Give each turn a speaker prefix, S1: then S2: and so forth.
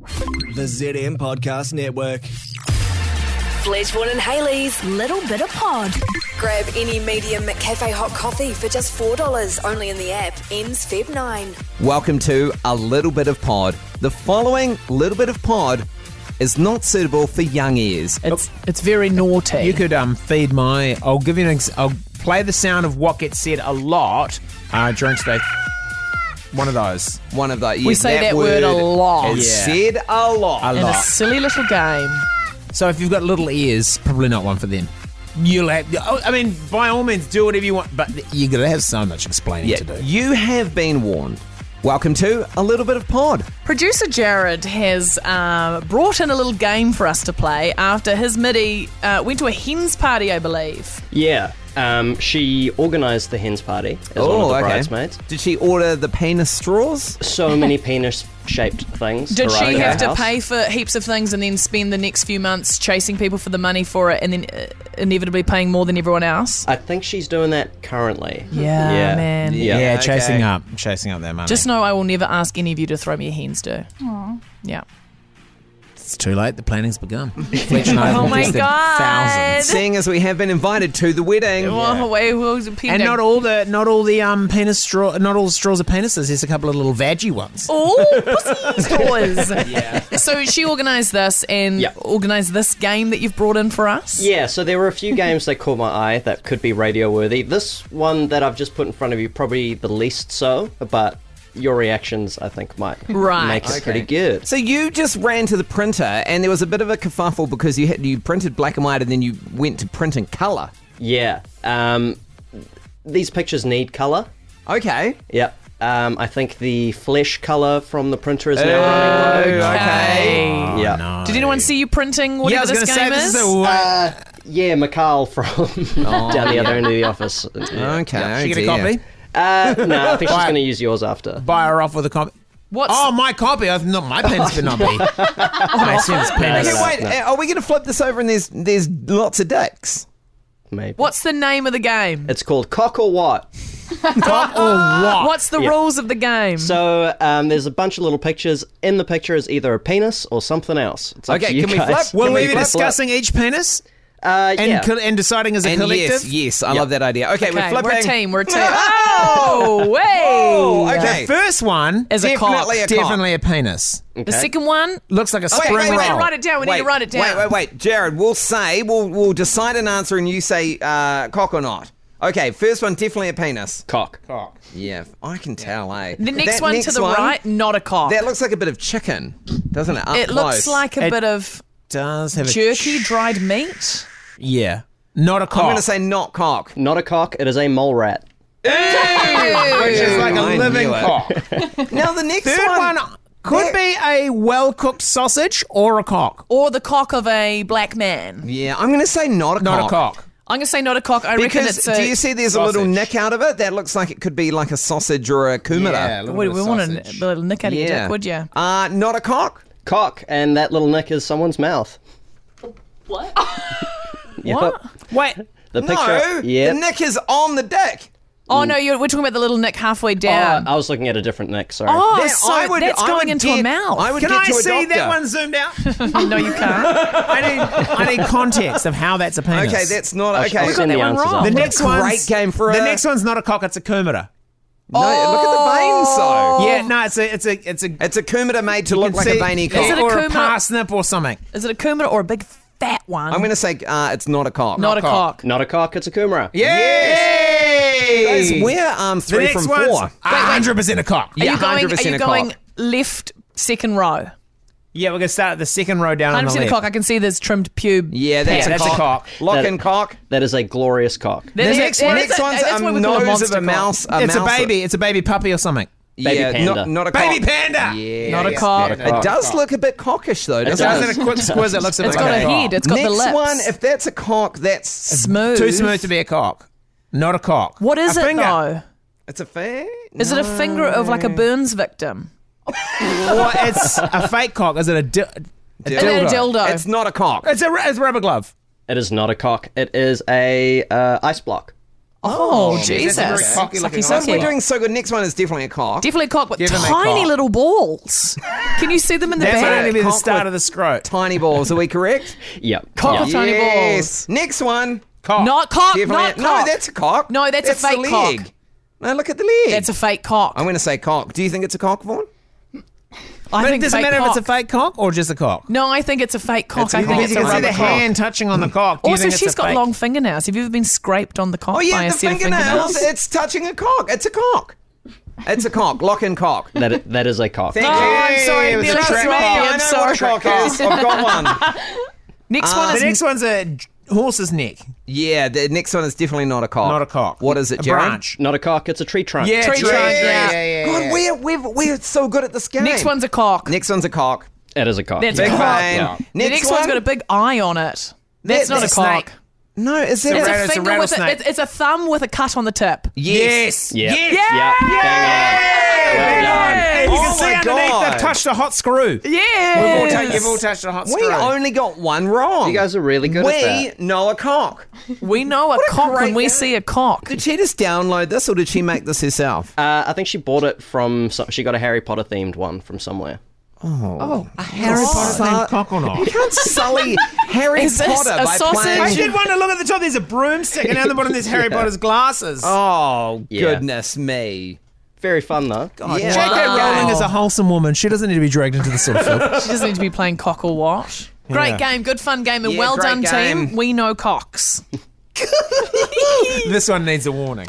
S1: The ZM Podcast Network.
S2: Fledgeborn and Haley's Little Bit of Pod.
S3: Grab any medium cafe hot coffee for just $4 only in the app. Ends Feb 9.
S4: Welcome to A Little Bit of Pod. The following Little Bit of Pod is not suitable for young ears.
S5: It's it's very naughty.
S6: You could um, feed my. I'll give you an. Ex- I'll play the sound of what gets said a lot uh, during today. One of those.
S4: One of those.
S5: we say that, word, a lot.
S4: It's
S6: Yeah.
S4: said a lot.
S6: A
S5: In a
S6: lot.
S5: silly little game.
S6: So if you've got little ears, probably not one for them. You'll have. oh, I mean, by all means, do whatever you want, but you're gonna have so much explaining to do.
S4: You have been warned. Welcome to A Little Bit of Pod.
S5: Producer Jared has uh, brought in a little game for us to play after his MIDI uh, went to a hen's party, I believe.
S7: Yeah, um, she organised the hens party as one of the bridesmaids.
S4: Oh, Did she order the penis straws?
S7: So many penis-shaped things.
S5: Did
S7: arrived
S5: she
S7: at
S5: have
S7: our
S5: to
S7: house.
S5: pay for heaps of things and then spend the next few months chasing people for the money for it and then uh, inevitably paying more than everyone else?
S7: I think she's doing that currently.
S5: Yeah, man.
S7: Yeah.
S6: Yeah,
S4: Okay.
S6: chasing up, chasing up that money.
S5: Just know I will never ask any of you to throw me a hen's do. Yeah.
S6: it's too late. The planning's begun. Fletch and I have
S5: Oh my
S6: invested
S5: God.
S6: Thousands.
S4: Seeing as we have been invited to the wedding.
S5: Well, we will depend
S6: And
S5: on-
S6: not all the not all the um penis straw not all the straws are penises. There's a couple of little veggie ones.
S5: Oh, pussy straws. So she organised this and
S7: Yeah.
S5: organised this game that you've brought in for us.
S7: Yeah, so there were a few games that caught my eye that could be radio worthy. This one that I've just put in front of you, probably the least so, but your reactions, I think, might
S5: Right.
S7: make it pretty good.
S4: So you just ran to the printer, and there was a bit of a kerfuffle because you had, you printed black and white, and then you went to print in colour.
S7: Yeah, um, these pictures need colour.
S4: Okay.
S7: Yep. Um, I think the flesh colour from the printer is now running low.
S5: Okay.
S7: yeah.
S5: Did anyone see you printing whatever
S6: Yeah, I was going
S5: this
S6: to
S5: game
S6: say
S5: is?
S6: this is a way.
S7: Uh, Yeah, Mikhail from down the other end of the office. Yeah.
S4: Okay.
S6: she
S4: oh
S6: get a
S4: dear.
S6: copy.
S7: Uh, no, I think she's
S6: Right.
S7: going to use yours after.
S6: Buy her off with a copy.
S5: What's
S6: Oh, my copy. I- Not my pen's for not be. my son's penis.
S4: Okay,
S7: No,
S4: wait.
S7: no.
S4: uh, Are we going to flip this over and there's there's lots of dicks?
S7: Maybe.
S5: what's the name of the game?
S7: It's called Cock or What?
S6: Cock or what?
S5: What's the rules of the game?
S7: So um, there's a bunch of little pictures. In the picture is either a penis or something else. It's up
S4: Okay,
S7: to you
S4: can we
S7: guys.
S4: flip?
S6: Will
S4: Can
S6: we
S4: we
S6: be
S4: flip,
S6: discussing each penis
S7: Uh,
S6: and
S7: yeah.
S6: col- and deciding as a
S4: And yes,
S6: collective?
S4: yes, I love that idea. Okay, we're
S5: okay,
S4: flipping.
S5: a team. We're a team. oh,
S4: Oh,
S5: way.
S4: okay.
S6: The first one
S5: Is a cock.
S4: Definitely a cock.
S6: definitely a penis.
S5: The second one.
S6: Looks like
S4: wait,
S6: a
S4: wait,
S6: spring
S5: We
S4: wait,
S5: need to
S6: roll.
S5: write it down. We need to write it down.
S4: Wait, wait, wait. Jared, we'll say we'll we'll decide an answer, and you say uh, cock or not. Okay, first one definitely a penis.
S7: Cock.
S4: Yeah, I can tell. Eh.
S5: The next
S4: That
S5: one to the
S4: one,
S5: right, not a cock.
S4: That looks like a bit of chicken, doesn't it? Up
S5: it looks
S4: close.
S5: like a
S6: It-
S5: bit of
S6: Does have
S5: jerky, dried meat.
S6: A, yeah, not a cock.
S4: I'm going to say not cock.
S7: Not a cock. It is a mole rat.
S6: which is like
S4: I
S6: a
S4: knew
S6: living
S4: it.
S6: cock.
S4: Now the next
S6: Third one could be a well cooked sausage or a cock.
S5: Or the cock of a black man.
S4: Yeah, I'm going to say not a
S6: Not
S4: cock.
S6: a cock.
S5: I'm gonna say not a cock. I reckon
S4: Because
S5: it's a.
S4: do you see there's a little
S6: sausage.
S4: nick out of it? That looks like it could be like a sausage or a kumara.
S5: we we want a, n- a little nick out of your dick, would you?
S4: Uh, not a cock?
S7: Cock. And that little nick is someone's mouth. What? yep.
S5: What?
S6: Wait,
S7: The picture.
S4: No.
S7: Yep.
S4: The nick is on the dick.
S5: Oh no, you're, we're talking about the little nick halfway down.
S7: Uh, I was looking at a different nick. Sorry.
S5: oh,
S4: That-
S5: so
S4: I would-
S5: that's
S4: I
S5: going
S4: would
S5: into a
S4: get-
S5: mouth.
S4: I would
S6: can
S4: get
S6: I
S4: to a
S6: see that
S4: doctor.
S6: one zoomed out?
S5: no, you can't.
S6: I need, I need context of how that's a penis.
S4: Okay, that's not
S7: I'll-
S4: okay.
S7: I'll send
S5: that
S7: the
S5: one
S7: answers
S5: wrong.
S7: after.
S6: the next
S4: great
S6: one.
S4: game for
S6: the
S4: a-
S6: next one's not a cock. It's a kumara.
S4: No, look at the
S6: Yeah,
S4: veins though.
S6: no, it's a it's a it's a.
S4: Oh. It's a kumara made to look like a veiny cock.
S5: Is it a
S6: or
S5: kumara?
S6: a parsnip or something.
S5: Is it a kumara or a big fat one?
S4: I'm going to say uh, it's not a cock.
S5: not a cock.
S7: Not a cock. It's a kumara.
S4: Guys,
S6: Yes.
S4: we're um,
S6: The
S4: three
S6: next
S4: from
S6: one's
S4: four.
S6: hundred percent a cock.
S5: Are
S4: Yeah,
S5: you going? Are
S4: 100%
S5: you
S4: a cock.
S5: going left second row?
S6: Yeah, we're gonna start at the second row down on
S5: Hundred
S6: the
S5: percent a
S6: left.
S5: cock. I can see there's trimmed pube.
S4: Yeah, that's,
S6: Yeah,
S4: a,
S6: that's a
S4: cock.
S6: cock.
S4: Lock
S7: That-
S4: and cock.
S7: That is a glorious cock.
S5: That
S4: The
S5: is-
S4: next,
S5: that
S4: one-
S5: is
S4: next
S5: a-
S4: one's
S5: that's
S4: a
S5: what we call
S4: nose of
S5: monster
S4: a
S5: cock.
S4: mouse. A
S6: It's a
S4: mouse
S6: baby. It's a baby puppy or something.
S7: Baby
S4: yeah,
S7: panda.
S4: Not, not a cock.
S6: Baby panda.
S4: Yeah.
S5: Not a cock.
S7: not a
S4: It
S7: cock.
S4: does look a bit cockish though, doesn't
S7: does.
S4: it?
S6: Does it a quick squiz? It looks a
S5: It's
S6: bit
S5: got
S6: like
S5: a head. It's got
S4: Next
S5: the lips.
S4: one, if that's a cock, that's
S5: smooth.
S6: Too smooth to be a cock. Not a cock.
S5: What is
S6: a
S5: it
S6: finger.
S5: though?
S4: it's a fan.
S5: Is it a finger of like a Burns victim?
S6: Or it's a fake cock. Is it a, di- a
S5: Is it
S6: dildo?
S5: a dildo?
S4: It's not a cock.
S6: It's a ru- it's a rubber glove.
S7: It is not a cock. It is a uh, ice block.
S5: Oh,
S6: That's a
S5: Jesus.
S6: very cocky looking
S4: So if
S6: item.
S4: we're doing so good, next one is definitely a cock.
S5: Definitely a cock, but
S6: Definitely a
S5: tiny
S6: cock.
S5: little balls. Can you see them in the
S6: That's
S5: back?
S6: going to be the
S4: Cock
S6: start
S4: with-
S6: of the scrote.
S4: tiny balls. Are we correct?
S7: Yeah.
S5: Cock
S7: yeah.
S5: with tiny
S4: yes. Next one.
S6: Cock.
S5: balls. Not cock.
S4: Definitely
S5: Not
S4: a-
S5: cock.
S4: No, that's a cock.
S5: No, that's a
S4: the
S5: fake cock.
S4: leg. No, look at the leg.
S5: That's a fake cock.
S4: I'm going to say cock. Do you think it's a cock, Vaughn?
S5: I
S6: But it
S5: think
S6: doesn't
S5: fake
S6: matter
S5: cock.
S6: if it's a fake cock or just a cock.
S5: No, I think it's a fake cock. I think
S4: cock.
S5: it's
S6: you
S5: a
S6: can see
S5: rubber
S6: the
S5: cock.
S6: hand touching on the cock. Do you
S5: Also,
S6: think it's
S5: she's
S6: a
S5: got
S6: fake?
S5: long fingernails. Have you ever been scraped on the cock
S4: Oh yeah,
S5: by a
S4: the
S5: set of
S4: fingernails.
S5: fingernails?
S4: It's touching a cock. It's a cock. It's a cock. Lock and cock.
S7: That i- that is a cock.
S4: Thank
S5: Oh,
S4: you.
S5: I'm sorry,
S4: It was
S5: Neil,
S4: a
S5: it's me,
S4: trick cock.
S5: I'm
S4: I know what a
S5: sorry.
S4: cock is. I've got one.
S5: Next one
S6: The
S5: is
S6: next one's a j- horse's neck,
S4: Yeah, the next one is definitely not a cock.
S6: not a cock.
S4: What is it,
S6: A
S4: Jared?
S6: branch.
S7: Not a cock, it's a tree trunk.
S6: Yeah,
S5: Tree
S6: tree
S5: trunk,
S6: trunk,
S5: yeah.
S4: God, we're, we're, we're so good at this game.
S5: next one's a cock.
S4: Next one's a cock.
S7: It is a cock.
S5: That's
S7: yeah.
S4: Big
S5: Cock.
S4: vein.
S7: Yeah.
S4: Next,
S5: the next
S4: one?
S5: one's got a big eye on it. That's not a
S6: That's a
S5: cock.
S6: snake.
S4: No, is there
S5: It's
S4: a...
S5: a
S6: Rat- it's a
S5: finger with a,
S6: rattlesnake.
S5: it's, it's a thumb with a cut on the tip.
S6: Yes.
S7: Yeah.
S6: Yes.
S7: Yeah. Bang on. Well done.
S6: And you
S4: Oh
S6: can see
S4: my
S6: underneath
S4: God.
S6: they've touched a hot screw. We've all,
S5: Yeah.
S6: ta- you've all touched a hot
S4: We
S6: screw.
S4: only got one wrong.
S7: You guys are really good
S4: we
S7: at that.
S4: know a cock.
S5: We know a cock
S4: great
S5: when we
S4: game.
S5: see a cock.
S4: Did she just download this or did she make this herself?
S7: Uh, I think she bought it from. So, she got a Harry Potter themed one from somewhere.
S4: Harry
S6: Potter's
S5: Oh,
S6: named cock or not?
S4: You can't sully Harry
S5: Is this
S4: Potter
S5: a
S4: by
S5: sausage?
S6: I
S4: playing...
S6: did want to look at the top. There's a broomstick, and down the bottom there's Harry Potter's glasses.
S4: Oh,
S7: Yeah.
S4: goodness me.
S7: Very fun though.
S4: Yeah. Oh.
S6: J.K. Rowling is a wholesome woman. She doesn't need to be dragged into this sort of filth.
S5: She doesn't need to be playing cock or what. Great
S6: Yeah.
S5: game, good fun game, and
S4: Yeah,
S5: well
S4: great
S5: done,
S4: game.
S5: team. We know cocks.
S6: this one needs a warning.